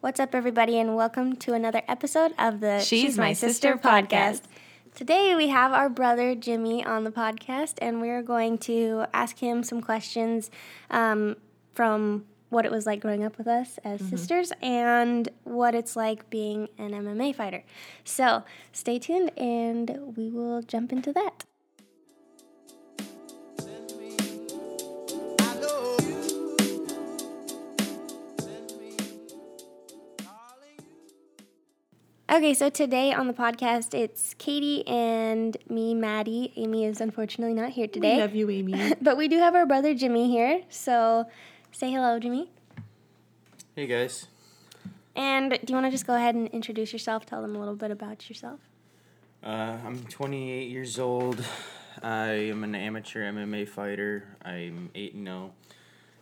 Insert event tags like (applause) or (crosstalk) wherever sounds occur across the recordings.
What's up, everybody, and welcome to another episode of the She's My Sister podcast. Today, we have our brother Jimmy on the podcast, and we're going to ask him some questions um, from what it was like growing up with us as Mm-hmm. sisters and what it's like being an MMA fighter. So, stay tuned, and we will jump into that. Okay, so today on the podcast, it's Katie and me, Maddie. Amy is unfortunately not here today. We love you, Amy. (laughs) But we do have our brother Jimmy here, so say hello, Jimmy. Hey guys. And do you want to just go ahead and introduce yourself? Tell them a little bit about yourself. Uh, I'm 28 years old. I am an amateur MMA fighter. I'm 8 and 0.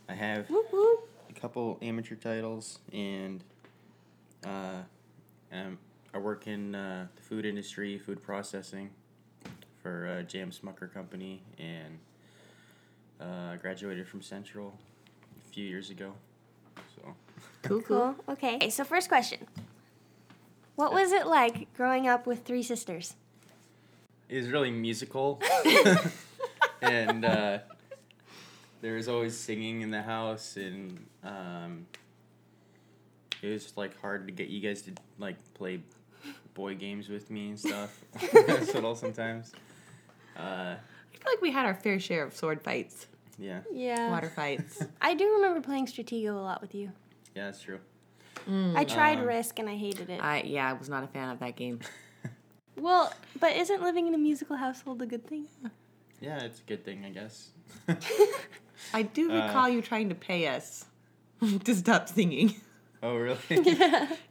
I have a couple amateur titles and uh, um, I work in uh, the food industry, food processing for uh, Jam Smucker Company and uh, I graduated from Central a few years ago. So Cool, Cool. Okay. so first question. What was it like growing up with three sisters? is really musical, and uh, there was always singing in the house, and um, it was like hard to get you guys to like play boy games with me and stuff. (laughs) That's all sometimes. Uh, I feel like we had our fair share of sword fights, yeah, Yeah. water fights. I do remember playing Stratego a lot with you. yeah, that's true. I tried Um, Risk and I hated it. (laughs) Mm, uh, I yeah, I was not a fan of that game. well, but isn't living in a musical household a good thing? Yeah, it's a good thing, I guess. (laughs) I do Uh. recall you trying to pay us (laughs) to stop singing. oh, really?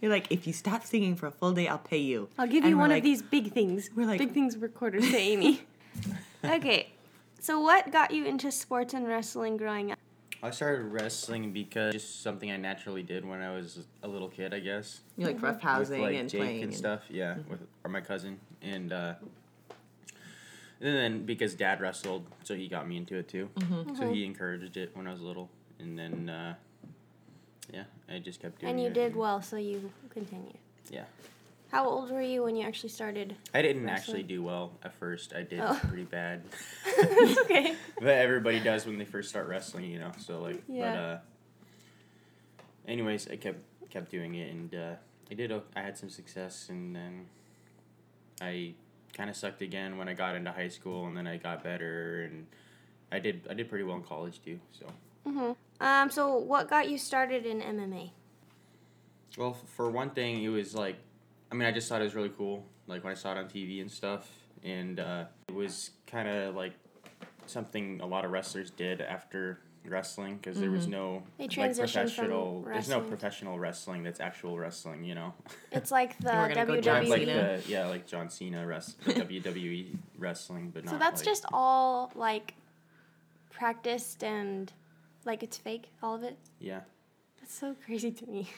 You're like, if you stop singing for a full day, I'll pay you. I'll give And you we're one like, of these big things. we're like- big things recorders to Amy. (laughs) okay. So what got you into sports and wrestling growing up? I started wrestling because it's just something I naturally did when I was a little kid, I guess. You like rough housing with, like, and Mm-hmm. Jake playing and stuff. Yeah, with or my cousin and. uh and then because dad wrestled, so he got me into it too. Mm-hmm. So he Mm-hmm. encouraged it when I was little, and then uh, yeah, I just kept doing And it. you did well, so you continue. Yeah, How old were you when you actually (laughs) started? I didn't Wrestling. actually do well at first. I did Oh. pretty bad, (laughs) That's (laughs) okay. but everybody does when they first start wrestling, you know. So like, Yeah. but uh, anyways, I kept kept doing it, and uh, I did. o- I had some success, and then I kind of sucked again when I got into high school, and then I got better, and I did. I did pretty well in college too. So Um, so what got you started in MMA? Well, f- for one thing, it was like, I mean, I just thought it was really cool. Like when I saw it on TV and stuff, and uh, it was kind of like something a lot of wrestlers did after wrestling because there was no They like transitioned from professional. There's no wrestling. professional wrestling that's actual wrestling, you know. It's like the E. we're gonna go John Kind of like WWE. Cena. the, yeah, like John Cena wrest the WWE wrestling, but not. So that's like- just all like practiced and like it's fake, all of it. yeah. That's so crazy to me.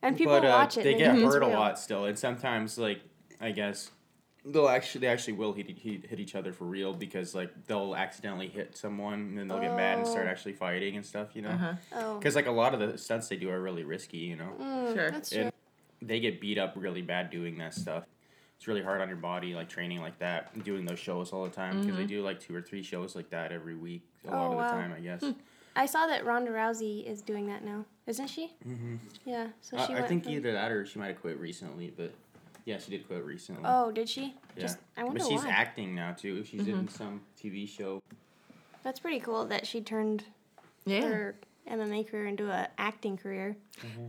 And people but, uh, watch it. They and get think it's hurt a real. lot still, and sometimes like I guess they'll actually they actually will hit, hit, hit each other for real because like they'll accidentally hit someone and then they'll get mad and start Oh. actually fighting and stuff, you know. Uh-huh. Oh, Because like a lot of the stunts they do are really risky, you know. Mm. Sure. that's true. And they get beat up really bad doing that stuff. It's really hard on your body, like training like that, and doing those shows all the time because they do like two or three shows like that every week, a lot Mm-hmm. Oh, of the wow. time, I guess. I saw that Ronda Rousey is doing that now, isn't she? hmm Yeah. So she I, went I think from- either that or she might have quit recently, but yeah, she did quit recently. Oh, did she? Yeah. Just I wonder but she's why. acting now too. She's Mm-hmm. in some TV show. That's pretty cool that she turned Yeah. her MMA career into an acting career.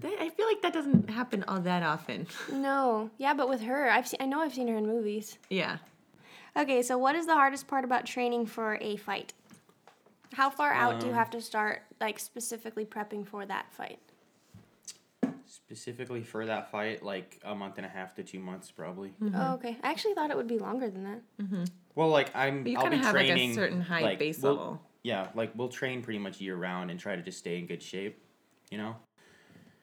That- I feel like that doesn't happen all that often. (laughs) No, yeah, but with her, I've seen. I know I've seen her in movies. yeah. Okay, so what is the hardest part about training for a fight? How far out do you Um, have to start, like specifically prepping for that fight? Specifically for that fight, like a month and a half to two months probably. Hmm. Oh, okay. I actually thought it would be longer than that. Well, like I'm But you I'll kind be of have training like a certain high like, base we'll- level. (laughs) Yeah, like we'll train pretty much year round and try to just stay in good shape, you know?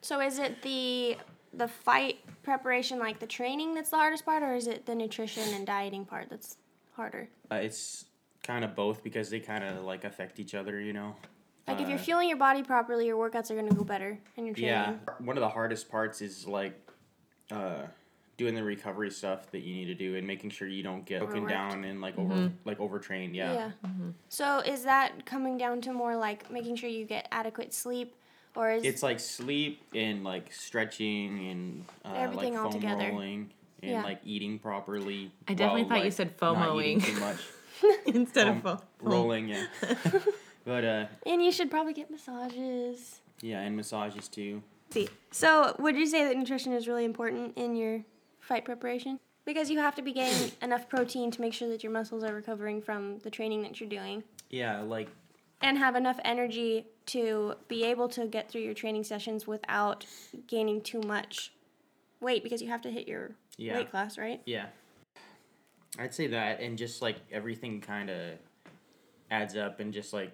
So is it the the fight preparation, like the training, that's the hardest part, or is it the nutrition and dieting part that's harder? Uh, it's kind of both because they kind of like affect each other, you know. Like if you're fueling your body properly, your workouts are gonna go better and your training. Yeah, one of the hardest parts is like uh, doing the recovery stuff that you need to do and making sure you don't get broken Overworked. down and like Mm-hmm. over like overtrained. Yeah. Yeah. So is that coming down to more like making sure you get adequate sleep, or is it's like sleep and like stretching and uh, Everything like all foam together. rolling and Yeah. like eating properly. I definitely while, thought you like, said not eating FOMOing. too much. (laughs) instead Um, of phone. (laughs) rolling, yeah. (laughs) but uh, and you should probably get massages. yeah, and massages too. See. So would you say that nutrition is really important in your fight preparation? Because you have to be (coughs) getting enough protein to make sure that your muscles are recovering from the training that you're doing, Yeah, like and have enough energy to be able to get through your training sessions without gaining too much weight because you have to hit your Yeah. weight class, right? Yeah. I'd say that and just like everything kind of adds up and just like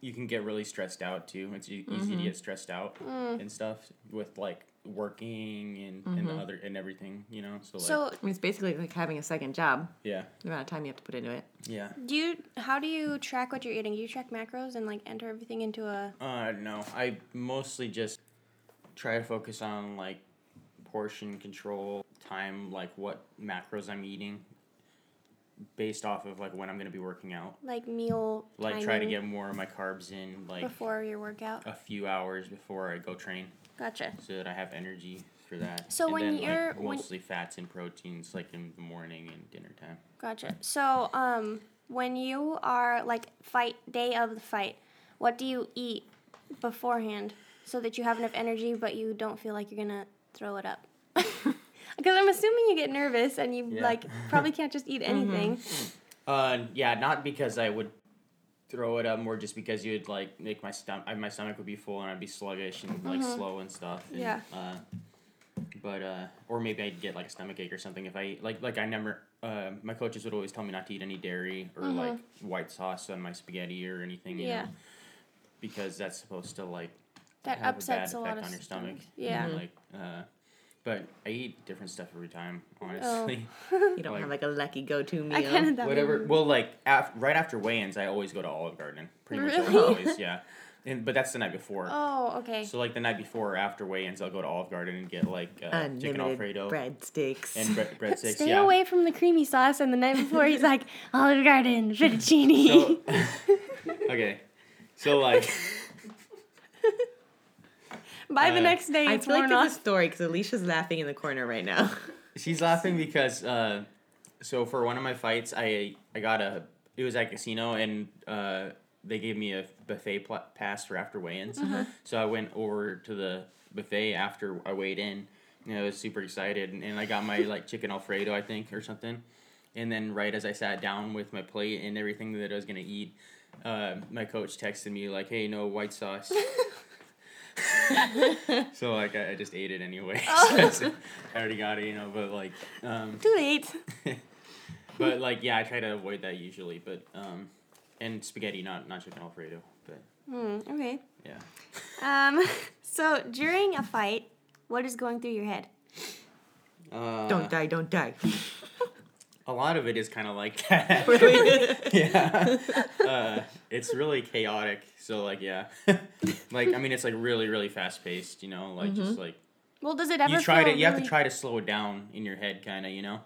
you can get really stressed out too. It's e- Mm-hmm. easy to get stressed out Mm. and stuff with like working and, Mm-hmm. and other and everything, you know. So like So I mean, it's basically like having a second job. yeah. The amount of time you have to put into it. Yeah. Do you how do you track what you're eating? Do you track macros and like enter everything into a Uh no, I mostly just try to focus on like portion control, time like what macros I'm eating based off of like when I'm going to be working out. like meal Like try to timing get more of my carbs in like Oh. before your workout? a few hours before I go train Gotcha. so that I have energy for that. So and when then, you're- like, when- mostly fats and proteins like in the morning and dinner time. Gotcha. So um when you are like fight day of the fight, what do you eat beforehand so that you have enough energy but you don't feel like you're gonna throw it up? (laughs) Because I'm assuming you get nervous and you Yeah. Mm-hmm. like probably can't just (laughs) eat anything. Uh yeah, not because I would throw it up more just because you would like make my stomach my stomach would be full and I'd be sluggish and like slow and stuff. and, Mm-hmm. Yeah. Uh but uh or maybe I'd get like a stomach ache or something if I eat like like I never uh, my coaches would always tell me not to eat any dairy or like white sauce on my spaghetti or anything, you Mm-hmm. Yeah. know, because that's supposed to like That have upsets a, a bad lot effect of on your stomach. stomachs. Yeah. And, like, uh, but I eat different stuff every time, Oh. honestly. You don't Like- have like a lucky go-to meal. I kind of that. Whatever. Well, like af- right after weigh-ins, I always go to Olive Garden. Pretty much Really? (laughs) always, yeah. And but that's the night before. Oh, okay. So like the night before or after weigh-ins, I'll go to Olive Garden and get like uh, Unlimited chicken Alfredo breadsticks. (laughs) and bread breadsticks. Stay yeah. away from the creamy sauce. And the night before, (laughs) he's like Olive Garden fettuccine. (laughs) So, (laughs) okay. So like. By the uh, next day, I it's feel like worn there's a off. story because Alicia's laughing in the corner right now. She's laughing because uh, so for one of my fights, I I got a it was at a casino and uh, they gave me a buffet pl- pass for after weigh-ins. So I went over to the buffet after I weighed in. And I was super excited and, and I got my like chicken alfredo I think or something. And then right as I sat down with my plate and everything that I was gonna eat, uh, my coach texted me like, "Hey, no white sauce." (laughs) so like I, I just ate it anyway. So (laughs) I already got it, you know. But like, um, Too late. but like yeah, I try to avoid that usually. But um, and spaghetti, not not chicken alfredo. But Hmm, okay. yeah, Um. (laughs) So during a fight, what is going through your head? uh, don't die, don't (laughs) die. (laughs) a lot of it is kind of like that. Really? (laughs) yeah, uh, it's really chaotic. So like yeah, (laughs) like I mean it's like really really fast paced. You know, like Mm-hmm. just like Well, does it ever? you try to feel you have to really- Mm. try to slow it down in your head, kind of. You know,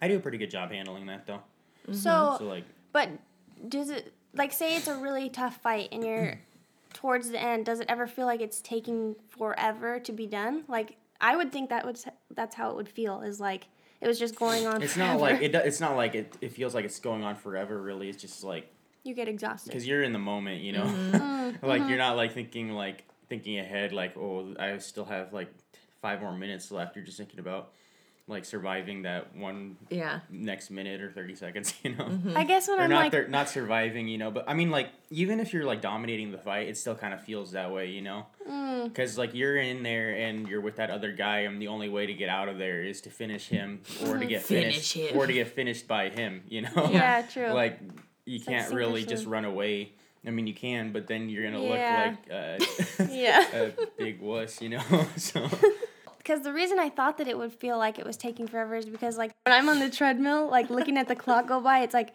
I do a pretty good job handling that though. So, Mm-hmm. So (laughs) like but does it like say it's a really tough fight and you're (clears throat) towards the end? Does it ever feel like it's taking forever to be done? Like I would think that would s- that's how it would feel. Is like it was just going on. It's forever. not like it. do- It's not like it. It feels like it's going on forever. Really, it's just like you get exhausted. because you're in the moment, you know. Mm-hmm. Oh, (laughs) like you're uh-huh. not like thinking like thinking ahead. Like oh, I still have like five more minutes left. You're just thinking about like surviving that one yeah. next minute or thirty seconds. (laughs) You know, I guess when or I'm not Mm-hmm. like, thir- not surviving. You know, but I mean like even if you're like dominating the fight, it still kind of feels that way. You know, Mm. because like you're in there and you're with that other guy, and the only way to get out of there is to finish him or to get Finish finished him. or to get finished by him. You know, Mm-hmm. yeah, true. like you like can't sink or really just swim. run away. I mean, you can, but then you're gonna Yeah. look like (laughs) yeah. a, (laughs) a big wuss, you know. (laughs) so Because the reason I thought that it would feel like it was taking forever is because, like, when I'm on the treadmill, like, looking at the clock go by, it's like,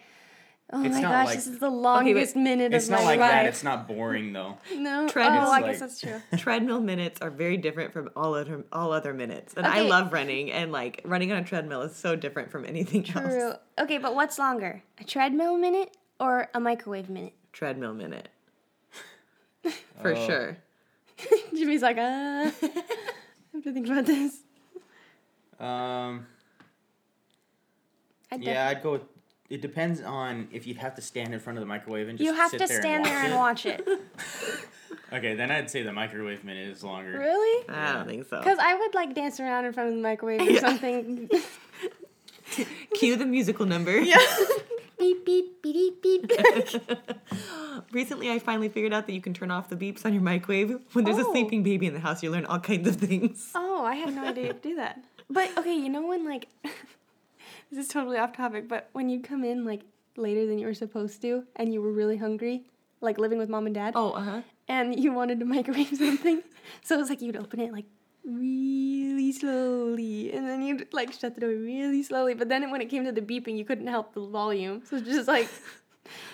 Oh It's my not gosh, like- this is the longest minute It's of my not like life. that. It's not boring though. no, Tread oh, is I like- guess that's (laughs) true. treadmill minutes are very different from all other all other minutes, and I Okay. love running. And like running on a treadmill is so different from anything else. True. Okay, but what's longer, a treadmill minute or a microwave minute? Treadmill (laughs) minute, for Oh. sure. Jimmy's like, uh, (laughs) I have to think about this. Um, I yeah, I'd go. With, it depends on if you'd have to stand in front of the microwave and just you have sit to there stand and watch there and it. (laughs) watch it. Okay, then I'd say the microwave minute is longer. really? I don't think so. Because I would like dance around in front of the microwave or Yeah. something. (laughs) Cue the musical number. beep beep beep beep beep. Recently, I finally figured out that you can turn off the beeps on your microwave. When there's Oh. a sleeping baby in the house, you learn all kinds of things. Oh, I (laughs) had no idea you could do that. But okay, you know when like (laughs) this is totally off topic, but when you'd come in like later than you were supposed to and you were really hungry, like living with mom and dad, Oh, uh huh. and you wanted to microwave (laughs) something, so it was like you'd open it like really slowly and then you'd like shut the door really slowly, but then when it came to the beeping, you couldn't help the volume. So it's just (laughs) like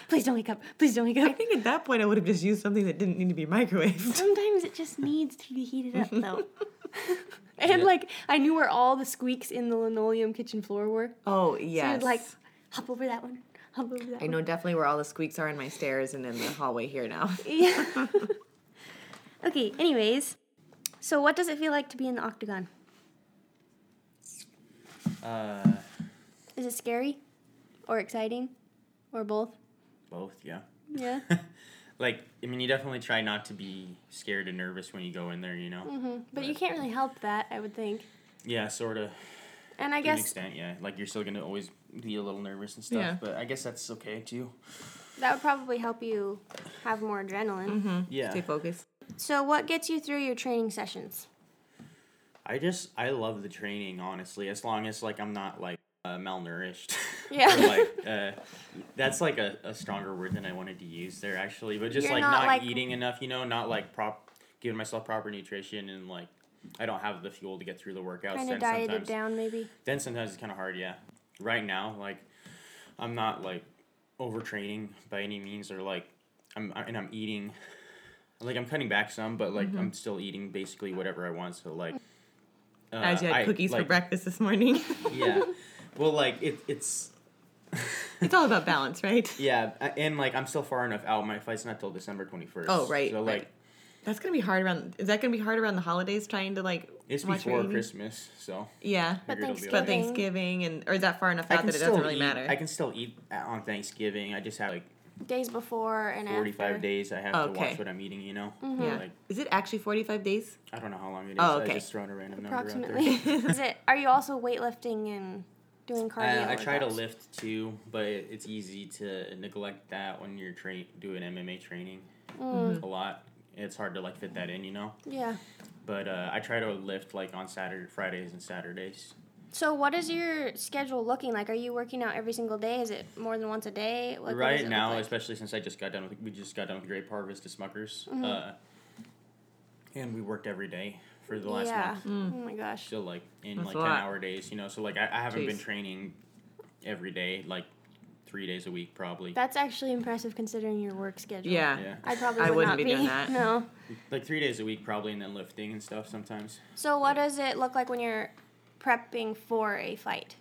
please don't wake up. Please don't wake I up. think at that point, I would have just used something that didn't need to be (laughs) microwaved. Sometimes it just needs to be heated up, (laughs) though. and Yeah. like, I knew where all the squeaks in the linoleum kitchen floor were. Oh, So yes. you'd like hop over that one, hop over that I know definitely where all the squeaks are in my stairs and in the hallway here now. (laughs) one. (laughs) Yeah. okay. Anyways, so what does it feel like to be in the octagon? Uh, Is it scary, or exciting, or both? both, yeah. Yeah. like, I mean, you definitely try not to be scared and nervous when you go in there, you know. But you can't really help that, I would think. Yeah, sort of. And Mm-hmm. I To an guess extent, yeah. Like you're still gonna always be a little nervous and stuff, Yeah. but I guess that's okay too. that would probably help you have more adrenaline. Yeah. Stay focused. So, what gets you through your training sessions? I just I love the training honestly, as long as like I'm not like uh, malnourished. (laughs) Yeah. Or, like uh, that's like a, a stronger word than I wanted to use there actually, but just You're like not, not, like- eating enough, you know, not like prop giving myself proper nutrition and like I don't have the fuel to get through the workouts. Kind of then dieted sometimes down, maybe. then sometimes it's kind of hard. Yeah, right now like I'm not like overtraining by any means or like I'm and I'm eating like I'm cutting back some, but Mm-hmm. like I'm still eating basically whatever I want. So like. Uh, As you had I- cookies for like, breakfast this morning. (laughs) yeah. Well, like it, it's it's all about balance, right? (laughs) yeah, a- and like I'm still far enough out. My fight's not till December twenty first. Oh, right, So like right. That's gonna be hard around. Is that gonna be hard around the holidays? Trying to like it's watch your before eating? Christmas, so Yeah, But Figured Thanksgiving. it'll be all but right. Thanksgiving and or is that far enough out that it doesn't really eat, matter? I can still eat at- on Thanksgiving. I just have like days before and forty five after. days. I have to Okay. watch what I'm eating. You know, yeah. like is it actually forty five days? I don't know how long it is. Oh, I okay. just thrown a random number out there. approximately. (laughs) Is it? Are you also weightlifting and doing cardio? Uh, I try to workouts? lift too, but it, it's easy to neglect that when you're train doing MMA training Mm. a lot. It's hard to like fit that in, you know. Yeah. But uh, I try to lift like on Saturday, Fridays, and Saturdays. So, what is your schedule looking like? Are you working out every single day? Is it more than once a day? Like, what does it right look now, like? especially since I just got done with we just got done with Grape Harvest to Smuckers, Mm-hmm. uh, and we worked every day for the last yeah. month. Mm. Oh my gosh. So like in That's like a ten lot. hour days, you know. So like I, I haven't been Jeez. training every day, like three days a week probably. That's actually impressive considering your work schedule. Yeah. yeah, I probably I would not wouldn't be doing (laughs) that. No. like three days a week probably, and then lifting and stuff sometimes. So, what does it look like when you're prepping for a fight?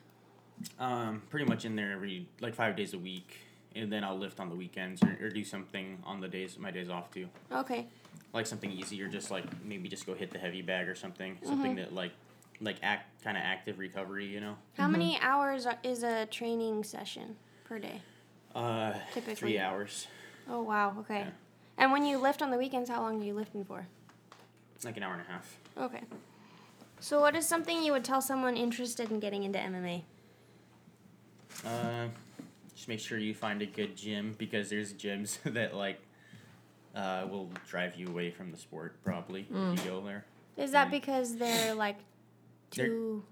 Um, pretty much in there every like five days a week, and then I'll lift on the weekends or, or do something on the days my days off too. Okay. Like something easier, just like maybe just go hit the heavy bag or something, something that like like act kind of active recovery, you know. How many hours are- is a training session per day? Uh, Typically. three hours, Oh wow. Okay. Yeah. And when you lift on the weekends, how long are you lifting for? like an hour and a half. Okay. So, what is something you would tell someone interested in getting into MMA? Uh, just make sure you find a good gym because there's gyms (laughs) that like uh, will drive you away from the sport probably if you go there. Is Mm. that because they're (laughs) like They're- too?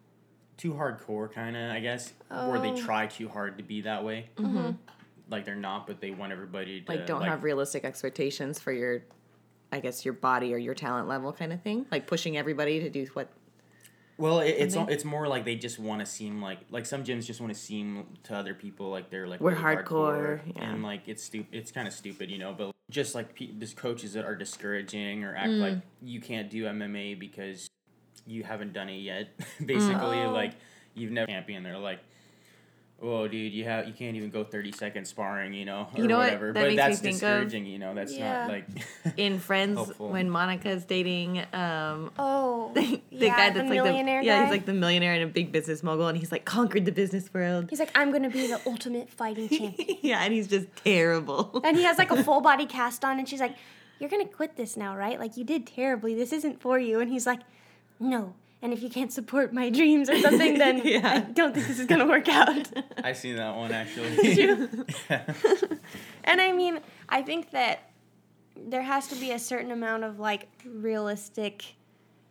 too hardcore kind of i guess or they Oh. try too hard to be that way like they're not but they want everybody to Mm-hmm. Like, don't have realistic expectations for your, I guess your body or your talent level kind of thing. Like pushing everybody to do what Well, it, it's Something? al- it's more like they just want to seem like like some gyms just want to seem to other people like they're like We're really hardcore, yeah. and like it's stupid. It's kind of stupid, you know. But just like pe- just coaches that are discouraging or act Mm. like you can't do MMA because you haven't done it yet. (laughs) Basically, Mm. like you've never champion. They're like. Whoa, dude! You have you can't even go thirty seconds sparring, you know, or You know what that whatever. but makes me that's think of? discouraging, you know. That's Yeah. not like (laughs) in Friends Helpful. when Monica's dating um Oh, (laughs) the yeah, guy that's the like millionaire the, yeah, he's guy. like the millionaire and a big business mogul, and he's like conquered the business (laughs) world. (laughs) He's like, I'm gonna be the ultimate fighting champion. yeah, and he's just terrible. and he has like a full body cast on, and she's like, You're gonna quit this now, right? Like, you did terribly. This isn't for you. And he's like, No. And if you can't support my dreams or (laughs) something, then I Yeah. don't think this is gonna work out. I seen that (laughs) one actually. (laughs) and I mean, I think that there has to be a certain amount of like realistic,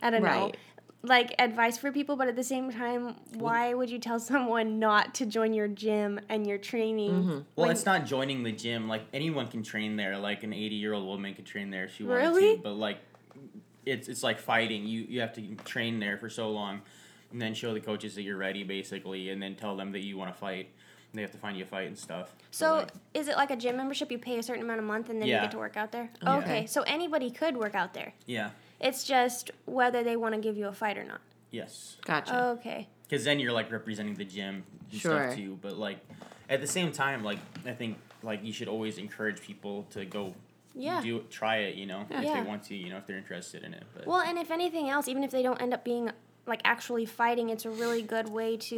I don't know, Right. like advice for people, but at the same time, why would you tell (laughs) someone not to join your gym and your training? Mm-hmm. Well, when- it's not joining the gym. Like anyone can train there. Like an eighty-year-old woman could train there if she wanted Really? to. But like, it's it's like fighting. You you have to train there for so long, and then show the coaches that you're ready, basically, and then tell them that you want to fight. And They have to find you a fight and stuff. But, So like, is it like a gym membership? You pay a certain amount a month and then you Yeah. get to work out there? Yeah. Okay, so anybody could work out there. yeah, It's just whether they want to give you a fight or not. yes, Gotcha. Okay. because then you're like representing the gym and Sure. stuff too. But like, at the same time, like I think like you should always encourage people to go. Yeah. Do it- try it, you know, if Yeah. they want to, you know, if they're interested in it. But Well, and if anything else, even if they don't end up being like actually fighting, it's a really good way to,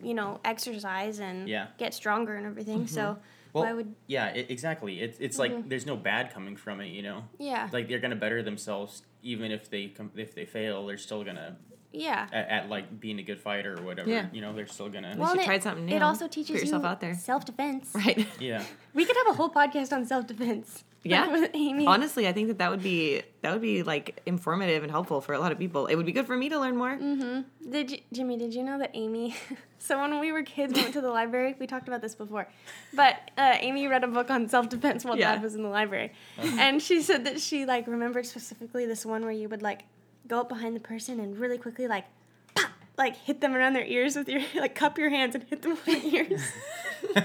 you know, exercise and Yeah. get stronger and everything. Mm-hmm. So Well, why would yeah, it, exactly. It's it's like there's no bad coming from it, you know. Mm-hmm. yeah. Like they're gonna better themselves, even if they com- if they fail, they're still gonna yeah. at, at like being a good fighter or whatever. Yeah. You know, they're still gonna. Well, should and it, try something It new. also Put teaches yourself you out there. self (laughs) defense. (laughs) Right. (laughs) yeah, We could have a whole podcast on self defense. (laughs) Yeah. Amy. Honestly, I think that that would be that would be like informative and helpful for a lot of people. It would be good for me to learn more. Mm-hmm. (laughs) Did you, Jimmy? Did you know that Amy? (laughs) So when we were kids, we went to the library. We talked about this before, but uh, Amy read a book on self defense while Yeah. Dad was in the library, and she said that she like remembered specifically this one where you would like go up behind the person and really quickly like, pop, like hit them around their ears with your (laughs) like cup your hands and hit them with your ears. (laughs) so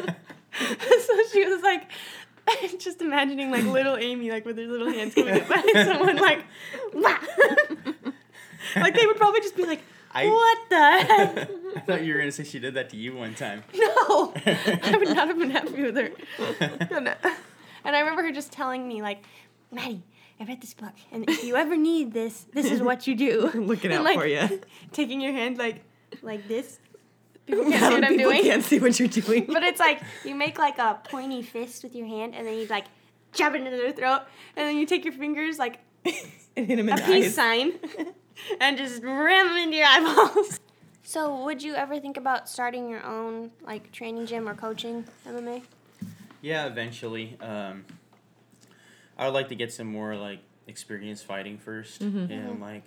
she was like. (laughs) Just imagining like little Amy, like with her little hands coming up by someone, like, (laughs) like they would probably just be like, I- "What the heck?" (laughs) I thought you were gonna say she did that to you one time. (laughs) No, I would not have been happy with (laughs) her. No, no. And I remember her just telling me, like, Maddie, I read this book, and if you ever need this, this is what you do. (laughs) Looking And, out like, for you. (laughs) Taking your hand like, like (laughs) this. People can't see what I'm people doing. can't see what you're doing. But it's like you make like a pointy fist with your hand, and then you like jab it into their throat, and then you take your fingers like (laughs) and hit him in a the peace eyes. (laughs) sign and just ram them into your eyeballs. (laughs) So, would you ever think about starting your own like training gym or coaching MMA? Yeah, eventually. Um, I would like to get some more like experience fighting 1st Mm-hmm. and like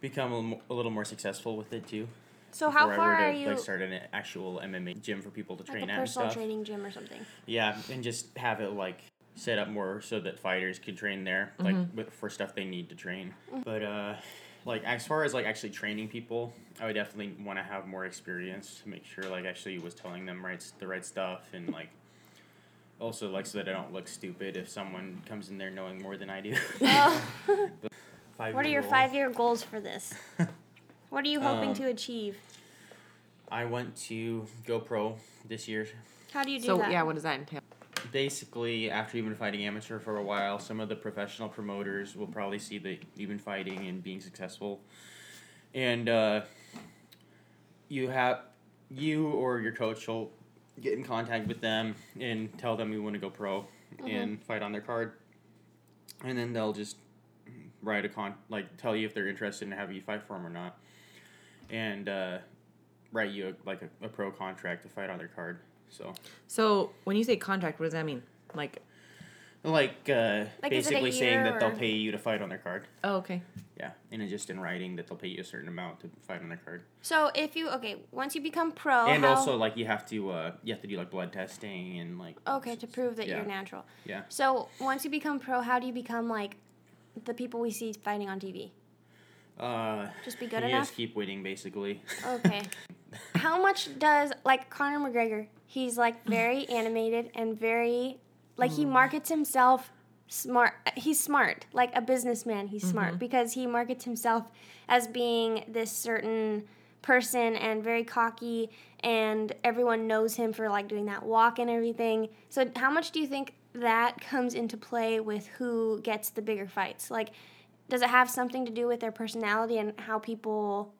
become a, little mo- a little more successful with it too. So, how before far I were are to, you? Like start an actual MMA gym for people to like a train at and personal stuff. training gym or (laughs) something. Yeah, and just have it like set up more so that fighters could train there, like Mm-hmm. with, for stuff they need to train. But uh, like as far as like actually training people, I would definitely want to have more experience to make sure like actually was telling them right s- the right stuff and like also like so that I don't look stupid if someone comes in there knowing more than I do. (laughs) Five What are your years old. five-year goals for (laughs) this? What are you hoping Um, to achieve? I want to go pro this year. How do you do So that? yeah, what does that entail? basically after you've been fighting amateur for a while some of the professional promoters will probably see that you've been fighting and being successful and uh, you have you or your coach will get in contact with them and tell them you want to go pro and fight on their card and then they'll just write a con like tell you if they're interested in having you fight for them or not and uh, write you a, like a, a pro contract to fight on their card so So when you say contract, what does that mean? Like, Like, uh, Like, is it a basically saying year that they'll or- pay you to fight on their card. oh okay, Yeah, and it's just in writing that they'll pay you a certain amount to fight on their card. So if you okay, once you become pro, and Oh, how, also, like, you have to, uh, you have to do like blood testing and like. okay to prove that Yeah. you're natural. Yeah. So once you become pro, how do you become like the people we see fighting on TV? Uh, Just be good you enough. just keep winning, basically. (laughs) Okay. How much does like Conor McGregor? He's like very animated and very like he markets himself smart. He's smart, like a businessman. Mm-hmm. He's smart because he markets himself as being this certain person and very cocky and everyone knows him for like doing that walk and everything. So how much do you think that comes into play with who gets the bigger fights? Like does it have something to do with their personality and how people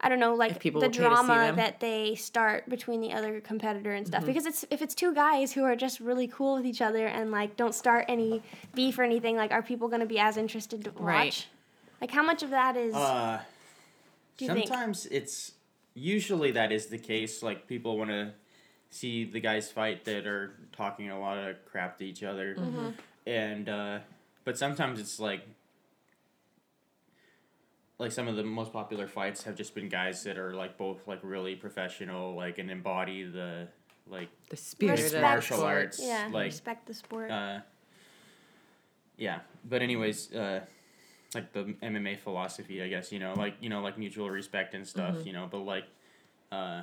I don't know, like If people the will pay to see drama them. that they start between the other competitor and stuff. Because it's if it's two guys who are just really cool with each other and like don't start any beef or anything, like are people going to be as interested to watch? Right. Like how much of that is Uh, do you think? sometimes it's usually that is the case. Like people want to see the guys fight that are talking a lot of crap to each other, Mm-hmm. and uh, but sometimes it's like like some of the most popular fights have just been guys that are like both like really professional, like and embody the like The spirit Respect. of martial sport. arts, Yeah, like respect the sport. uh, yeah but anyways uh, like the mma philosophy i guess you know like you know like mutual respect and stuff you know but like uh,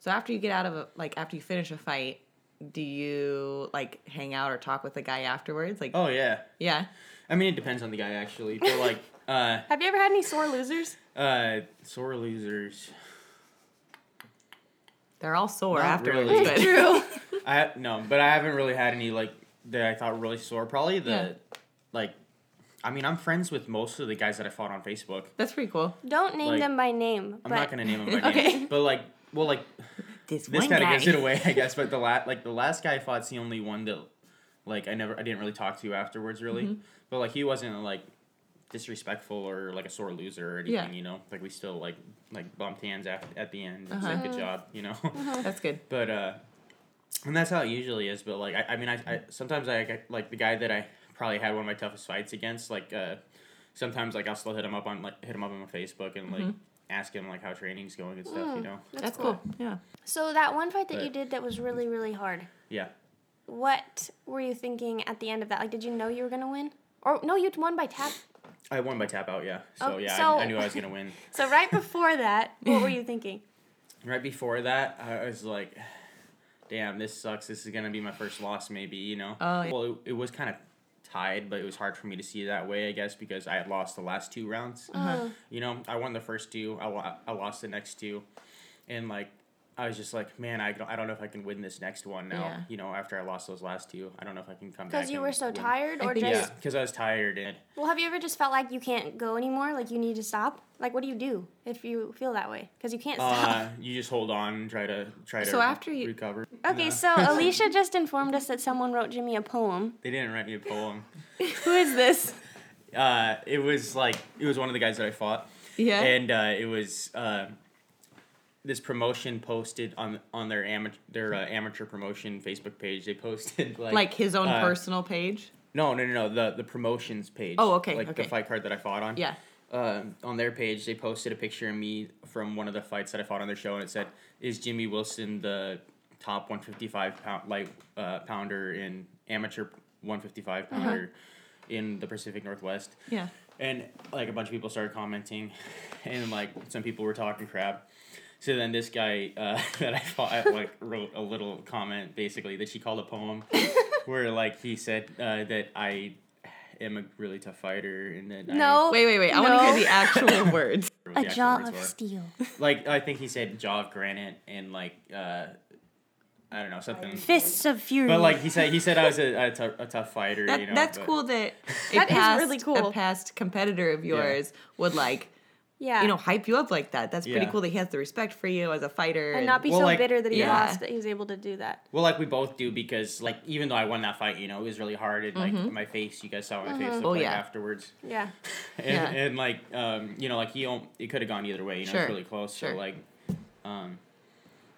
So after you get out of a, like after you finish a fight, do you like hang out or talk with the guy afterwards? Like, oh yeah yeah, i mean it depends on the guy actually but like uh, Have you ever had any sore losers? (laughs) uh, sore losers they're all sore Not afterwards. really. But True. (laughs) i no but i haven't really had any like that i thought really sore probably the like i mean i'm friends with most of the guys that i fought on facebook (laughs) that's pretty cool. Don't name Like, them by name. i'm but not gonna name them by Okay. name but like well like this one kind of guy. gives it away, I guess. But the (laughs) last, like the last guy I fought's the only one that, like, I never, I didn't really talk to afterwards, really. Mm-hmm. But like, he wasn't like disrespectful or like a sore loser or anything, Yeah. you know. Like we still like like bumped hands at, at the end. It's Uh-huh. like good job, you know. That's good. (laughs) but uh, and that's how it usually is. But like, I, I mean, I, I sometimes I get- like the guy that I probably had one of my toughest fights against. Like, uh, sometimes like I'll still hit him up on like hit him up on Facebook and like Mm-hmm. ask him like how training's going and stuff, you know. That's, cool. Yeah. So that one fight that you Right. did that was really really hard. Yeah. What were you thinking at the end of that? Like, did you know you were gonna win? Or no, you won by tap. I won by tap out, yeah. So Oh, yeah, so- I, I knew I was gonna win. (laughs) So right before that, what were you thinking? Right before that, I was like, "Damn, this sucks. This is gonna be my first loss, maybe." You know. Oh, yeah. Well, it, it was kind of tied, but it was hard for me to see it that way, I guess, because I had lost the last two rounds. Oh. Uh-huh. You know, I won the first two. I, wa- I lost the next two, and like. I was just like, man, I don't, I don't know if I can win this next one now. Yeah. You know, after I lost those last two, I don't know if I can come back. Because you and were so win. tired, I or just think- Yeah, because I was tired and well, have you ever just felt like you can't go anymore? Like you need to stop? Like what do you do if you feel that way? Because you can't stop. (laughs) (laughs) uh, you just hold on and try to try to So after you- recover. okay, Nah. (laughs) so Alicia just informed us that someone wrote Jimmy a poem. They didn't write me (laughs) a poem. Who is this? Uh, it was like it was one of the guys that I fought, Yeah. and uh, it was uh, this promotion posted on on their amateur their uh, amateur promotion Facebook page. They posted (laughs) like like his own uh, personal page. No, no, no, no. The the promotions page. Oh, okay, Like okay. the fight card that I fought on. Yeah. Uh, on their page, they posted a picture of me from one of the fights that I fought on their show, and it said, "Is Jimmy Wilson the top 155 pound light uh, pounder in amateur 155 Uh-huh. pounder in the Pacific Northwest?" Yeah. And like a bunch of people started commenting, (laughs) and like some people were talking crap. So then this guy uh, (laughs) that I fought I, like wrote a little comment basically that she called (laughs) a poem, where like he said uh, that I am a really tough fighter and (laughs) that No. Wait, wait, wait. I want to No. hear the (laughs) actual words. I, A the actual jaw words of were. steel. like I think he said jaw of granite and like uh, I don't know something. Fists of fury. But like he said, he said I was a, a, tou- a tough fighter. That, you know, that's but- cool that a That is past, really cool. a past competitor of yours would like, yeah. you know, hype you up like that. That's pretty Yeah. cool that he has the respect for you as a fighter. and not be Well, so like- bitter that he yeah. lost that he was able to do that. Well, like we both do because like even though I won that fight, you know, it was really hard and like Mm-hmm. my face, you guys saw my face look Oh, like yeah. afterwards. Yeah. And, Yeah. and like um, you know, like he don't, it could have gone either way, you know, Sure. it's really close. Sure. So like um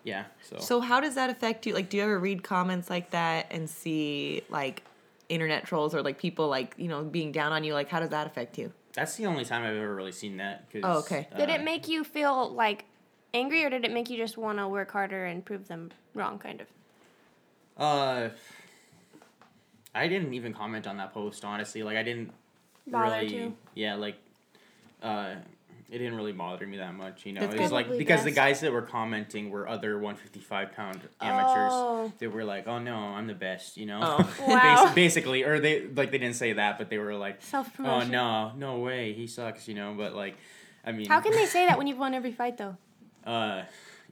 yeah, so, So how does that affect you? Like, do you ever read comments like that and see like internet trolls or like people like you know being down on you? Like, how does that affect you? that's the only time I've ever really seen that. 'cause, Oh, okay. uh, Did it make you feel like angry, or did it make you just want to work harder and prove them wrong, kind of? uh I didn't even comment on that post honestly. Like I didn't Bother really to. yeah, like uh, it didn't really bother me that much. You know, That's it was good. like Probably because the best. guys that were commenting were other 155 pound amateurs Oh. that were like, "Oh no, I'm the best," you (laughs) know. Oh. Bas- Wow. basically, or they like they didn't say that, but they were like, "Oh Self-promotion. no, no way, he sucks," you know. But like, I mean, How can they say that when you've won every fight though? (laughs) Uh,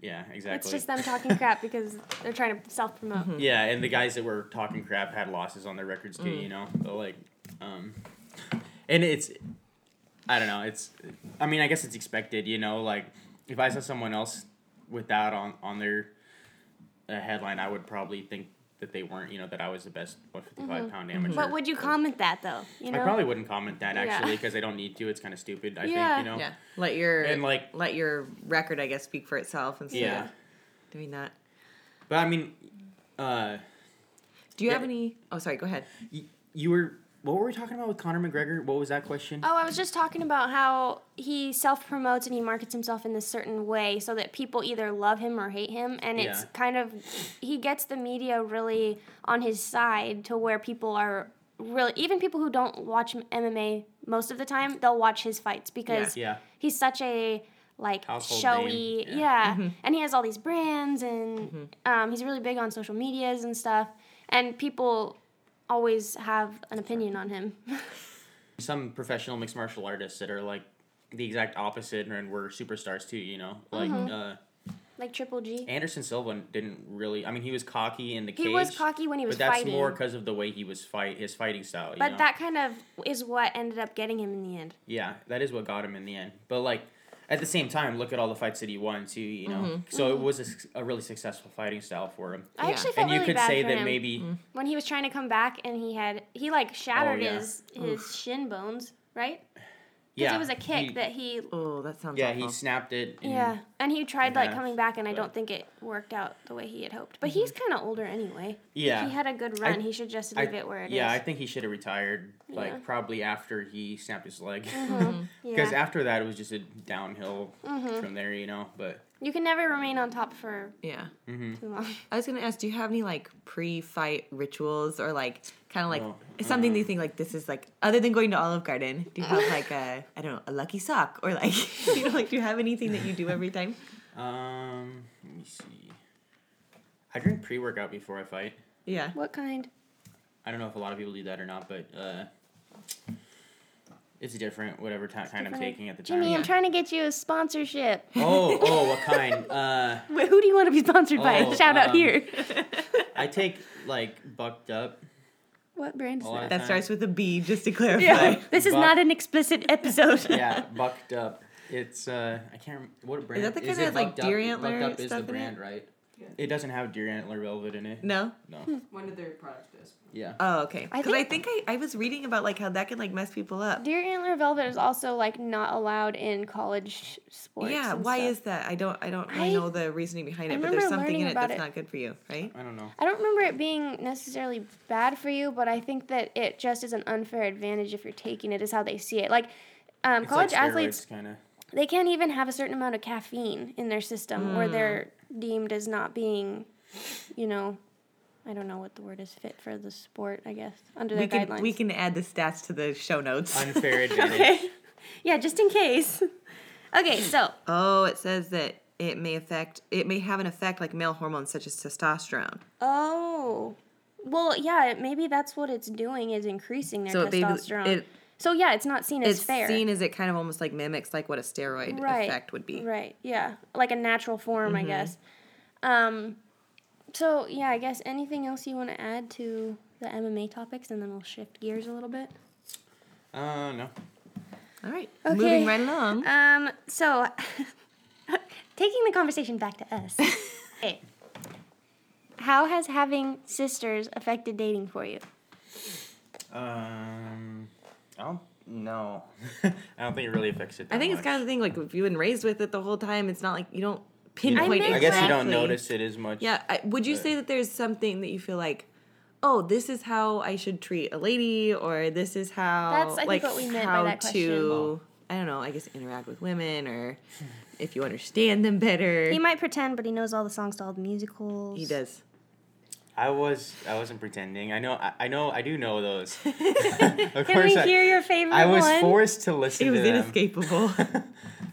yeah, It's exactly. just them talking crap because they're trying to self promote. Yeah, and the guys that were talking crap had losses on their records too, you know. But like, um, (laughs) and it's, I don't know. It's, I mean, I guess it's expected, you know. Like, if I saw someone else with that on on their uh, headline, I would probably think that they weren't, you know, that I was the best one pound amateur. But would you comment that though? You know, Mm. I probably wouldn't comment that Yeah. actually because I don't need to. It's kind of stupid. I Yeah. think you know. Yeah. Let your And, like- let your record, I guess, speak for itself instead Yeah. of doing that. But I mean, uh, Do you Yeah. have any? Oh, sorry. Go ahead. y- you were what were we talking about with Conor McGregor? What was that question? Oh, I was just talking about how he self promotes and he markets himself in this certain way so that people either love him or hate him. And it's Yeah. kind of, he gets the media really on his side to where people are really, even people who don't watch m- MMA most of the time, they'll watch his fights because Yeah. he's such a like Household showy name, yeah, and he has all these brands and um, he's really big on social medias and stuff and people always have an opinion on him (laughs) some professional mixed martial artists that are like the exact opposite and were superstars too you know like Mm-hmm. uh, like triple g anderson silva didn't really i mean he was cocky in the cage He was cocky when he was but that's fighting. more because of the way he was fight his fighting style you but know? that kind of is what ended up getting him in the end. yeah that is what got him in the end but like at the same time look at all the fights that he won too you know Mm-hmm. so it was a, s- a really successful fighting style for him I Yeah. actually felt and you really could bad say for that him Mm. maybe when he was trying to come back and he had he like shattered Oh, yeah. his his shin bones, right? Because yeah it was a kick he- that he Oh, that sounds. yeah awful. he snapped it and yeah, and he tried like Yeah, coming back, and I but- Mm-hmm. don't think it worked out the way he had hoped. But he's kind of older anyway. Yeah. he had a good run. he should just I- leave it where it is. yeah, I think he should have retired, like Yeah. Mm-hmm. probably after he snapped his leg. (laughs) yeah. Because Mm-hmm. after that, it was just a downhill from there, you know. But you can never remain on top for Yeah. too (laughs) long. I was gonna ask, do you have any like pre-fight rituals or like kind of like No, Mm. something that you think like this is like other than going to Olive Garden? Do you have like a I don't know a lucky sock or like (laughs) you know like do you have anything that you do every time? um, let me see. I drink pre workout before I fight. Yeah. What kind? I don't know if a lot of people do that or not, but uh, it's different. Whatever ti- kind I'm taking at the time. Jimmy, I'm Yeah. trying to get you a sponsorship. Oh, oh, what kind? Uh, Wait, who do you want to be (laughs) sponsored by? Oh, Shout out um, here. I take like bucked up. What brand is a lot that? of That time. starts with a B, just to clarify. Uh-huh. Yeah, But- this is but- not an explicit episode. yeah, bucked up. It's uh, I can't remember what brand. that the is kind it of, like, Bucked Up? deer antler Bucked up is stuff the in it? brand, right? It doesn't have deer antler velvet in (laughs) it. No. No. One of their product is. Yeah. Oh, okay. I Because I think I, I was reading about like how that can like mess people up. Deer antler velvet is also like not allowed in college sports. Yeah. and Why stuff. is that? I don't I don't really I- know the reasoning behind I it, but there's remember something learning in it about that's it. not good for you, right? I don't know. I don't remember it being necessarily bad for you, but I think that it just is an unfair advantage if you're taking it. Is how they see it. Like um, college athletes, kind of. they can't even have a certain amount of caffeine in their system, where they're Hmm. deemed as not being, you know, I don't know what the word is fit for the sport. I guess under We their can guidelines. we can add the stats to the show notes. (laughs) Unfair advantage. okay. yeah, just in case. (laughs) okay, so Oh, it says that it may affect it may have an effect like male hormones such as testosterone. Oh. Well, yeah, it- maybe that's what it's doing is increasing their So it may be- testosterone. it- so yeah, it's not seen It's, as fair. seen as it kind of almost like mimics like what a steroid Right, effect would be. right. Yeah. Like a natural form, I guess. Um so yeah, I guess anything else you want to add to the MMA topics and then we'll shift gears a little bit. Uh, no. All right. Okay. Moving right along. Um so (laughs) taking the conversation back to us. Okay. How has having sisters affected dating for you? Um, I don't. No. (laughs) I don't think it really affects it. I think it's kind of the thing like if you've been raised with it the whole time, it's not like you don't pinpoint meant, I guess you don't exactly. notice it as much. Yeah. I, would you But- say that there's something that you feel like, oh, this is how I should treat a lady, or this is how That's, I think, like what we meant by how that to question. I don't know. I guess interact with women, or if you understand them better. He might pretend, but he knows all the songs to all the musicals. He does. I was I wasn't pretending. I know I, I know I do know (laughs) those. (laughs) of Can we I, hear your favorite I was one? forced to listen It was to them. (laughs) inescapable.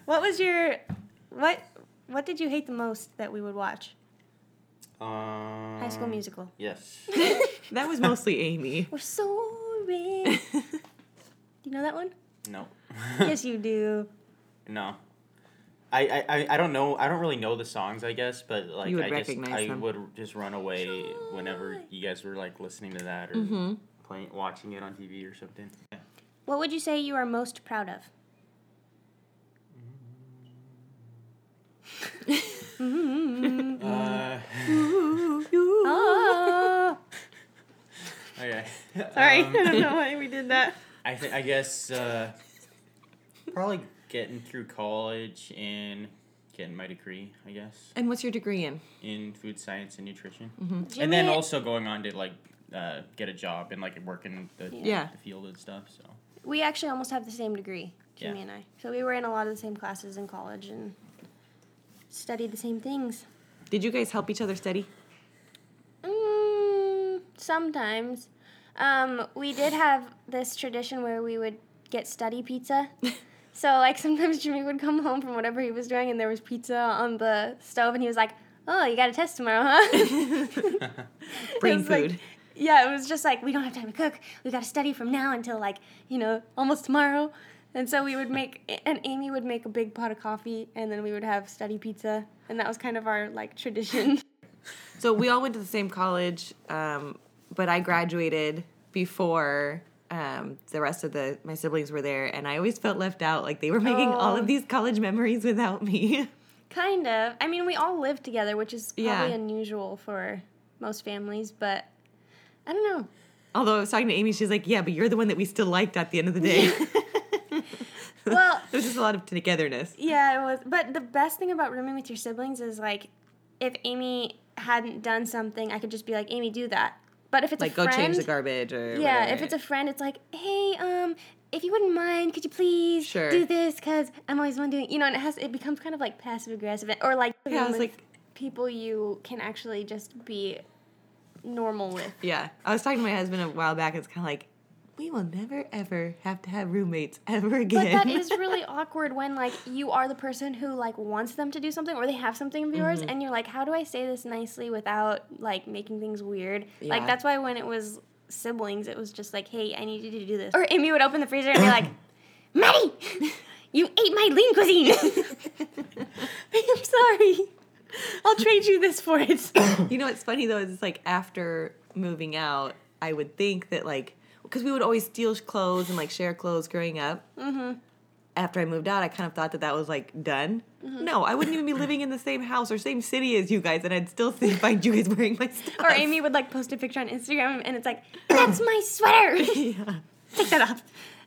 What was your what what did you hate the most that we would watch? Um, High School Musical. (laughs) Yes. that was mostly Amy. We're sorry. Do you know that one? No. yes, you do. (laughs) No. I, I, I- I don't know I don't really know the songs I guess but like You would I recognize just I them. would just run away whenever you guys were like listening to that or Mm-hmm. playing watching it on TV or something. Yeah. What would you say you are most proud of? Uh, Oh, Uh, (laughs) (laughs) okay. sorry, Um, I don't know why we did that. I th- I guess uh, probably getting through college and getting my degree, I guess, And what's your degree in? in in food science and nutrition, Mm-hmm. Jimmy, and then also going on to like uh, get a job and like work in the, Yeah. the field and stuff. So we actually almost have the same degree, Jimmy Yeah. and I. So we were in a lot of the same classes in college and studied the same things. Did you guys help each (laughs) other study? Mm, sometimes. Um, we did have this tradition where we would get study (laughs) pizza. so, like, sometimes Jimmy would come home from whatever he was doing and there was pizza on the stove and he was like, Oh, you got a test tomorrow, (laughs) huh? Brain It's like- food. yeah, it was just like, We don't have time to cook. We got to study from now until, like, you know, almost tomorrow. And so we would make, and Amy would make a big pot of coffee and then we would have study pizza. And that was kind of our, like, (laughs) tradition. So we all went to the same college, um, but I graduated before um, the rest of the my siblings were there, and I always felt left out. Like they were making all Oh. of these college memories without me. (laughs) Kind of. I mean, we all live together, which is probably Yeah. unusual for most families, but I don't know. Although I was talking to Amy, she's like, "Yeah, but you're the one that we still liked at the end of the day." (laughs) Well, There's just a lot of togetherness. yeah, it was. But the best thing about rooming with your siblings is like, if Amy hadn't done something, I could just be like, Amy, do that. But if it's Like a go friend, change the garbage or yeah, whatever. if it's a friend, it's like, hey, um, if you wouldn't mind, could you please Sure. do this? Because I'm always wondering, you know, and it has it becomes kind of like passive aggressive, or like Yeah, I room was with like- people you can actually just be normal with. Yeah. I was talking to my husband a while back. It's kind of like, we will never, ever have to have roommates ever But again. (laughs) that is really awkward when like you are the person who like wants them to do something or they have something of yours and you're like, how do I say this nicely without like making things weird? Like Yeah. that's why when it was siblings, it was just like, hey, I need you to do this. Or Amy would open the freezer and be (coughs) like, Maddie, you ate my lean cuisine. (laughs) I'm sorry. I'll trade you this for it. you know what's funny though is it's like after moving out, I would think that like because we would always steal clothes and like share clothes growing up. Mm-hmm. After I moved out, I kind of thought that that was like done. No, I wouldn't even be living in the same house or same city as you guys, and I'd still see- find you guys (laughs) wearing my stuff. or Amy would like post a picture on Instagram and it's like, that's my sweater. (laughs) (laughs) Yeah. Take that off.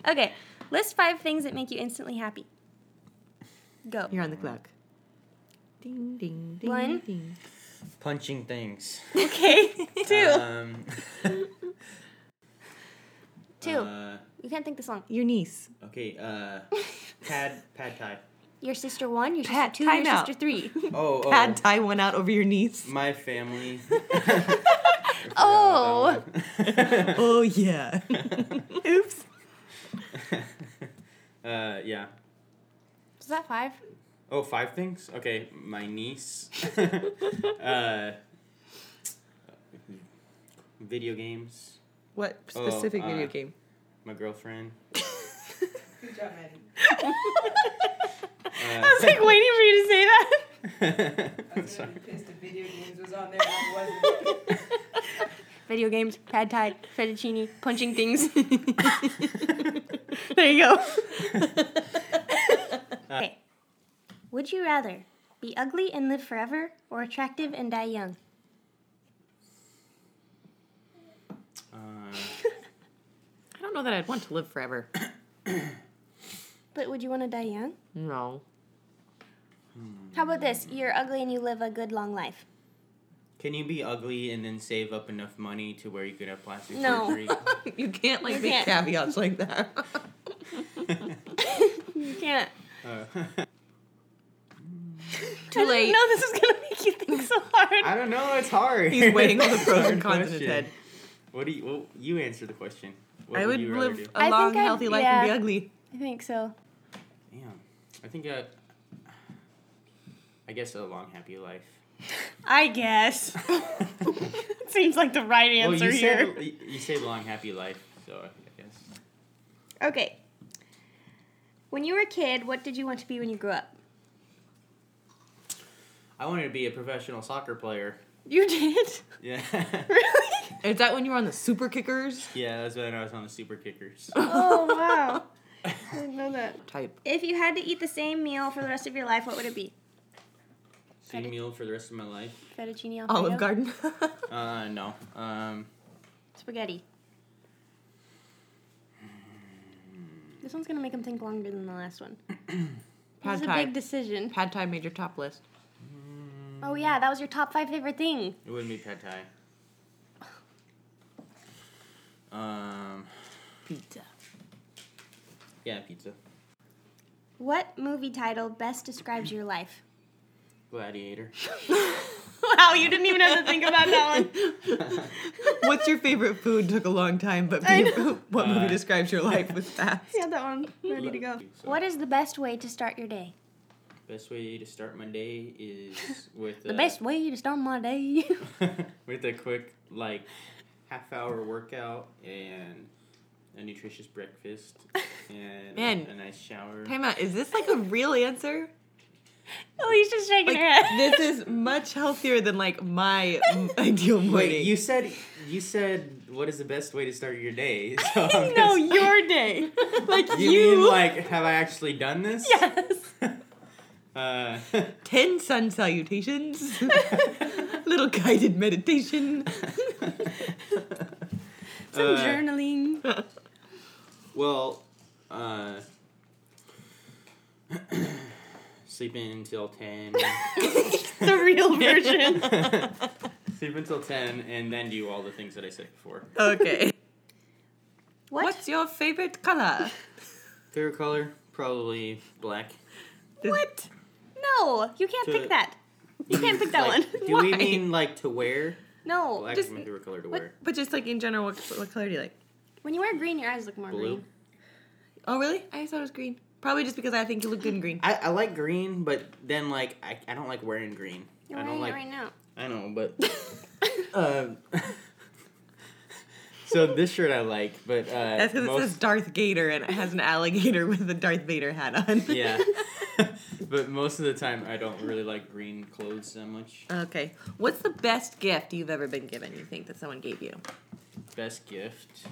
Okay, list five things that make you instantly happy. Go. You're on the clock. Ding ding ding. One. Ding. punching things. (laughs) (laughs) Okay, two. um, (laughs) two. uh, you can't think this long. Your niece. okay. (laughs) Uh, pad pad thai. Your sister one, your Pat, sister two, your time out. sister (laughs) three. Oh, oh Had tie one out over your (laughs) niece. (laughs) my family. oh, Oh yeah. (laughs) Oops. uh, yeah. is that five? Oh, five things? Okay, (laughs) my niece. uh, video games. What Oh, specific video uh, game? My girlfriend. Good job, Maddie. Uh, like waiting for you to say that. I (laughs) I'm was sorry. gonna be pissed if video games was on there and (laughs) it wasn't. Video games, pad thai, fettuccine, punching (laughs) things. there you go. (laughs) okay. Would you rather be ugly and live forever, or attractive and die young? Uh, I don't know that I'd want to live forever. (clears throat) But would you want to die young? No. How about this? You're ugly and you live a good long life. can you be ugly and then save up enough money to where you could have plastic No. (laughs) surgery? (laughs) you can't like You make can't. caveats (laughs) like that. (laughs) Oh. You can't. Uh, I Too didn't late. know this was gonna (laughs) make you think so hard. (laughs) I don't know. It's hard. He's weighing all the It's a pros hard and cons in his question. head. What do you? Well, you answer the question. What I would you rather live do? a I long, think I'd- healthy life and be yeah. ugly. I think so. Damn. I think I. I guess a long, happy life. I (laughs) guess. Seems like the right well, answer you here. said you- you said long, happy life, so I guess Okay. When you were a kid, what did you want to be when you grew up? I wanted to be a professional soccer player. (laughs) You (laughs) did? Yeah. Really? Is that when you were on the super kickers yeah, that's when I was on the Super (laughs) Kickers. Oh, wow. I didn't know that. type? If you had to eat the same meal for the rest of your life, what would it be? Same meal for the rest of my life. Fettuccine alfredo? (laughs) Olive Garden. (laughs) Uh, no. Um, Spaghetti. This one's gonna make him think longer than the last (clears throat) one. This Pad is a Thai. big decision. Pad Thai made your top list. Oh yeah, that was your top five favorite thing. it wouldn't be pad thai. Um, Pizza. yeah, pizza. What movie title best describes your life? (laughs) Gladiator. Wow, you didn't even have to think about that one. (laughs) What's your favorite food? Took a long time, but (laughs) I be- (laughs) what movie Uh, describes your (laughs) life was fast? Yeah, that one ready to go. What is the best way to start your day? Best way to start my day (laughs) is with The a- (laughs) best way to start my day. (laughs) with a quick like half hour workout and a (laughs) nutritious breakfast and Man. a nice shower. Time out. Is this like a real answer? Alicia's shaking Like her head. this is much healthier than like my (laughs) mm, ideal morning. Wait, you said you said what is the best way to start (laughs) your day? (laughs) So I'm no, just- (laughs) your (laughs) day. Like you. you, mean (laughs) like have I actually done this? yes. (laughs) Uh, (laughs) ten (laughs) sun salutations, little guided meditation. Some Uh, (laughs) (laughs) journaling. Well, uh, (clears throat) sleeping until ten. the real version. (laughs) Sleep until ten, and then do all the things that I said before. Okay. What? What's your favorite color? Favorite color? Probably black. What? (laughs) No, you can't To- pick that. You can't pick that Like, one. Do we Why? mean like to wear? No. Black Just- is my favorite color to What- wear. but just like in general, what, what color do you like? When you wear green, your eyes look more Blue. green. Oh, really? I thought it was green. Probably just because I think you look good (laughs) in green. I, I like green, but then like I, I don't like wearing green. You're I wearing don't like it right now. I know, but um, (laughs) so this shirt I like, but uh, That's because it says Darth Gator and it has an alligator with a Darth Vader hat on. yeah. (laughs) but most of the time, I don't really like green clothes that much. (laughs) Okay. What's the best gift you've ever been given, you think, that someone gave you? Best gift,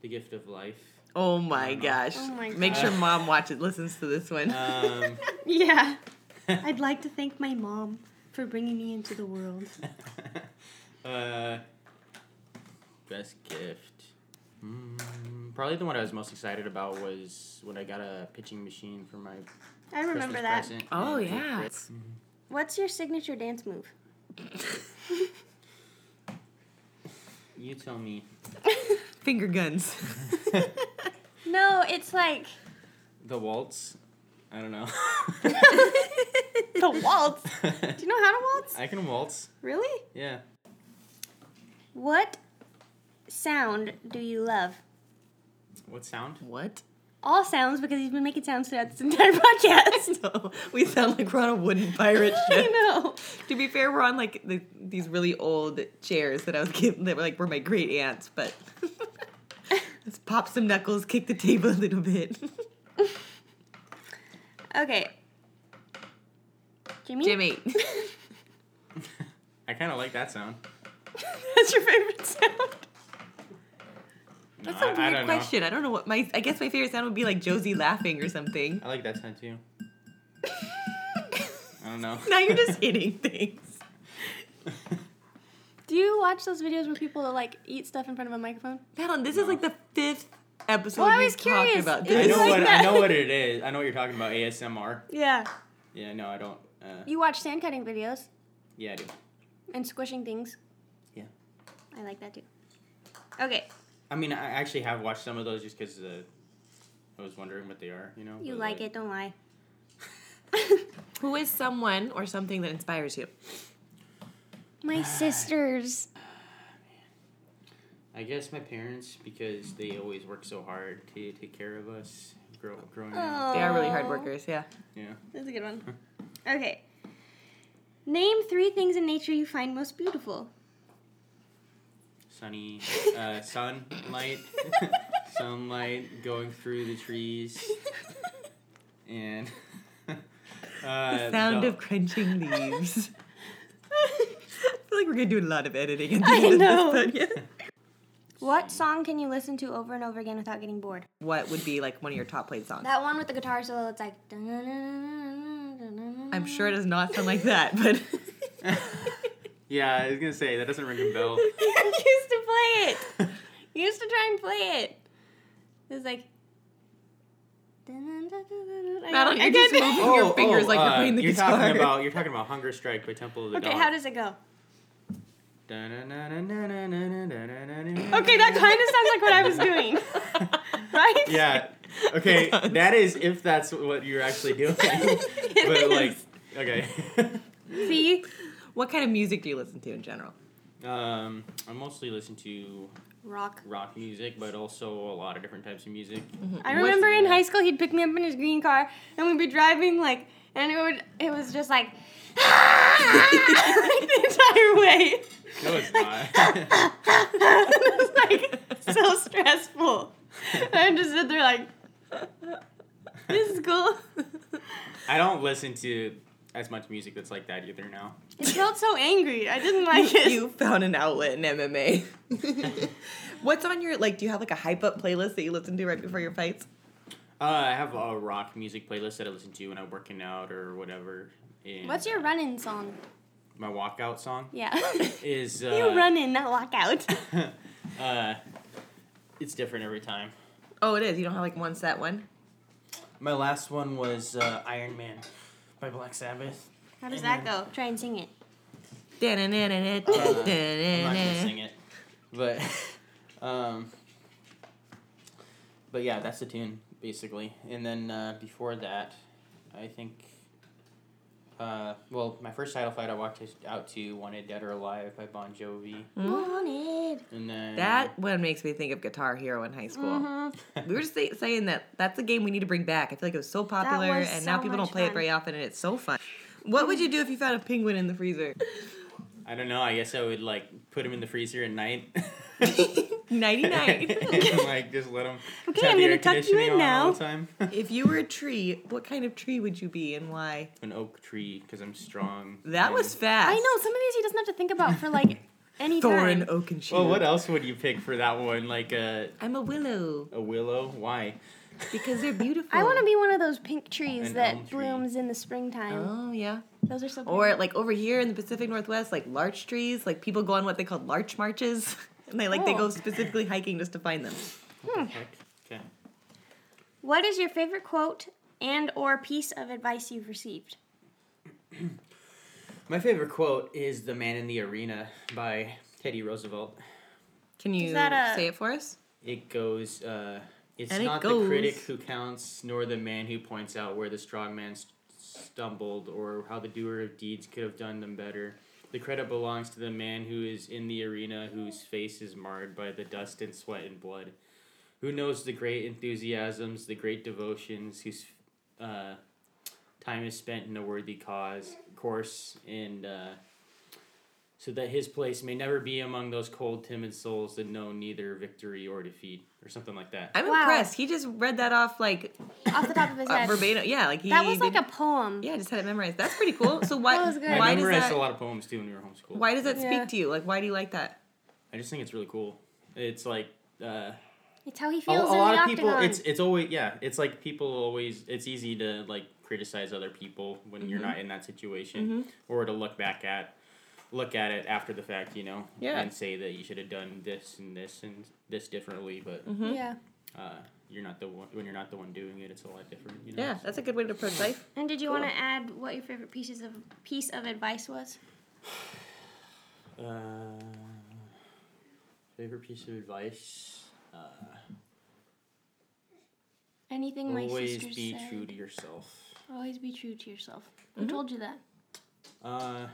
the gift of life. Oh my gosh. Oh my Uh, Make gosh. sure mom watches, listens to this one. Um, Yeah. (laughs) I'd like to thank my mom for bringing me into the world. (laughs) uh, best gift. Mm, probably the one I was most excited about was when I got a pitching machine for my I remember Christmas that. present. oh, And- yeah. What's your signature dance move? You tell me. (laughs) Finger guns. No, it's like The waltz. I (laughs) don't know. the waltz. Do you know how to waltz? I can waltz. Really? Yeah. What sound do you love? What sound? what? (laughs) All sounds because he's been making sounds throughout this entire (laughs) podcast. No, we sound like we're on a wooden pirate (laughs) I ship. know. to be fair, we're on like the, these really old chairs that I was given that were like were my great aunts, but (laughs) let's pop some knuckles, kick the table a little bit. (laughs) Okay. Jimmy? Jimmy, I kind of like that sound. (laughs) That's your favorite sound. No, that's a I, I weird don't question. I don't know what my. I guess my favorite sound would be like Josie laughing or something. (laughs) know. I like that sound too. I don't know. now you're (laughs) just hitting things. Do you watch those videos where people like eat stuff in front of a microphone? Madeline, this is like the fifth episode Well, I we've was talked curious. about Is I this. it know like what that? I know what it is. I know what you're talking about. ASMR. Yeah. Yeah. No, I don't. Uh, You watch sand cutting videos yeah, I do. and squishing things. Yeah. I like that too. Okay. I mean, I actually have watched some of those just because uh, I was wondering what they are. You know. You but, like it, don't lie. Who is someone or something that inspires you? My sisters. I guess my parents because they always work so hard to take care of us grow, growing up. They are really Aw. hard workers, yeah. Yeah. That's a good one. Okay. Name three things in nature you find most (laughs) beautiful. Sunny uh, sunlight. sunlight going through the trees and uh, The sound the- of crunching leaves. I feel like we're gonna do a lot of editing at the I end of know. this podcast. What song can you listen to over and over again without getting bored? What would be like one of your top played songs? That one with the guitar solo, it's like. (laughs) I'm sure it does not sound like that, (laughs) but Yeah, I was gonna say that doesn't ring a bell. I used to play it. I used to try and play it. It was like. Madeline, I you're just can't- moving your fingers like you're uh, playing the you're guitar. Talking about, you're talking about Hunger Strike by Temple of (laughs) the Okay, Dog. how does it go? Okay, Okay, that kind of sounds like what I was doing, right? Yeah. Okay, that is if that's what you're actually doing. but like, okay. (laughs) See, What kind of music do you listen to in (laughs) general? um, I mostly listen to rock. rock music, but also a lot of different types of music. I What's remember in that? high school, he'd pick me up in his green car, and we'd be driving like, and it would, it was just like, (laughs) the entire way. No, (laughs) it's not. it was like (laughs) so stressful. I'm just sit there like, this is cool. I don't listen to as much music that's like that either now. It felt so angry. I didn't like it. You found an outlet in (laughs) MMA. What's on your like? Do you have like a hype up playlist that you listen to right before your fights? Uh, I have a rock music playlist that I listen to when I'm working out or whatever. And (laughs) What's your running song? my walkout song? (laughs) Yeah. Is uh, you run in, not walk out. (laughs) uh, it's different every time. Oh, it is. You don't have like one set (laughs) one. My last one was uh, Iron Man by Black Sabbath. How does that go? Try and sing it. I'm not gonna Da-na-na-na-na-na. sing it, but (laughs) um, but yeah, that's the tune basically. And then uh, before that, I think. Uh, well, my first title fight I walked out to "Wanted Dead or Alive" by Bon Jovi, Mm. Hmm? Wanted. and then That one makes me think of Guitar Hero in high school. We were just say- saying that that's a game we need to bring back. I feel like it was so popular, was and now so people don't much play fun. it very often, and it's so fun. What would you do if you found a penguin in (laughs) the freezer? I don't know. I guess I would like put him in the freezer (laughs) at night. Nighty night. (laughs) and, like just let him. Okay, I'm gonna tuck you in now. All the time. (laughs) if you were a tree, what kind of tree would you be and why? An oak tree because I'm strong. That and- was fast. I know some of these he doesn't have to think about for (laughs) like any Thorn, time. oak, and sheer. Well, what else would you pick for that one? Like uh, a I'm a willow a willow? Why? (laughs) because they're beautiful. I want to be one of those pink trees An elm that tree. blooms in the springtime. Oh yeah. Those are so. Or pretty. like over here in the Pacific Northwest, like larch trees. Like people go on what they call larch marches, (laughs) and they like they Oh. go specifically hiking just to find them. Heck. Okay. What is your favorite quote and or piece of advice you've received? My favorite quote is "The Man in the Arena" by Teddy Roosevelt. Can you that a- say it for us? It goes. Uh, it's And it not goes. the critic who counts, nor the man who points out where the strong man st- stumbled, or how the doer of deeds could have done them better. The credit belongs to the man who is in the arena, whose face is marred by the dust and sweat and blood, who knows the great enthusiasms, the great devotions, whose uh, time is spent in a worthy cause, course, and. Uh, so that his place may never be among those cold, timid souls that know neither victory or defeat, or something like that. I'm Wow. impressed. He just read that off like Off the top of his uh, head. verbatim. Yeah, like he That was like did- a poem. yeah, just had it memorized. That's pretty cool. So why That was good. I why does memorized that a lot of poems too when we were homeschooled. why does that Yeah. speak to you? Like why do you like that? I just think it's really cool. It's like uh, It's how he a, a feels in lot the of octagon. people. It's it's always yeah. It's like people always. It's easy to like criticize other people when Mm-hmm. you're not in that situation, or to look back at look at it after the fact, you know, Yeah. and say that you should have done this and this and this differently. But Mm-hmm. Yeah. uh, you're not the one when you're not the one doing it. It's a lot different. You know? Yeah, So- that's a good way to approach life. And did you Cool. want to add what your favorite pieces of piece of advice was? Uh, favorite piece of advice? Uh, Anything my always sister be said. true to Mm-hmm. yourself. Always be true to yourself. Who told you that? Uh,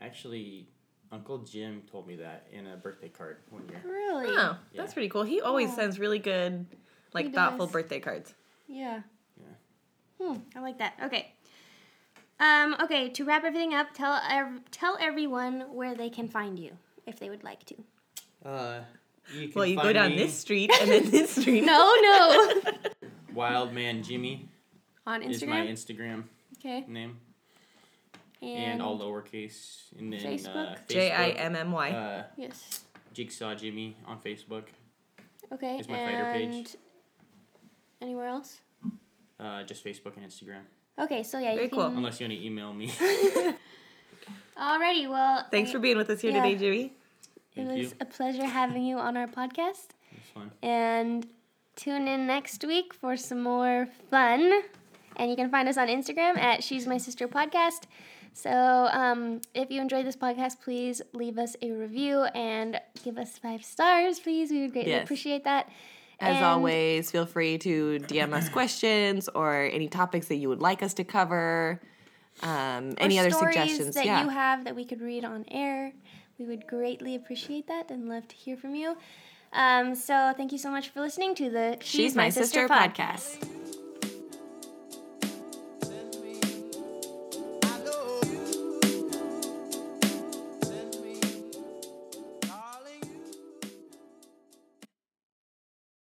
actually, Uncle Jim told me that in a birthday card one year. Really? Oh, Yeah. that's pretty cool. He always Yeah. sends really good, He like thoughtful does. birthday cards. Yeah. Yeah. Hmm. I like that. Okay. Um, okay. To wrap everything up, tell ev- tell everyone where they can find you if they would like to. Uh, you can Well, you go find down me, this street and (laughs) then this street. (laughs) No, no. Wild Man Jimmy (laughs) On is my Instagram. Instagram okay. name, and, And, all lowercase. And then Uh, Facebook? Facebook J I M M Y. Uh, yes. Jigsaw Jimmy on Facebook. Okay. Here's my fighter and page. anywhere else? Uh, just Facebook and Instagram. Okay. So yeah, Very you cool. can. Unless you want to email me. (laughs) Alrighty. Well. Thanks for being with us here Yeah. today, Jimmy. It Thank you. was a pleasure having you on our podcast. It's fun. and tune in next week for some more fun. And you can find us on Instagram at She's My Sister Podcast. So um, if you enjoyed this podcast, please leave us a review and give us five stars, please. We would greatly Yes. appreciate that. As And- always, feel free to DM us questions or any topics that you would like us to cover. Um, or any other stories suggestions? that yeah. you have that we could read on air. We would greatly appreciate that and love to hear from you. Um, so thank you so much for listening to the She's My Sister podcast.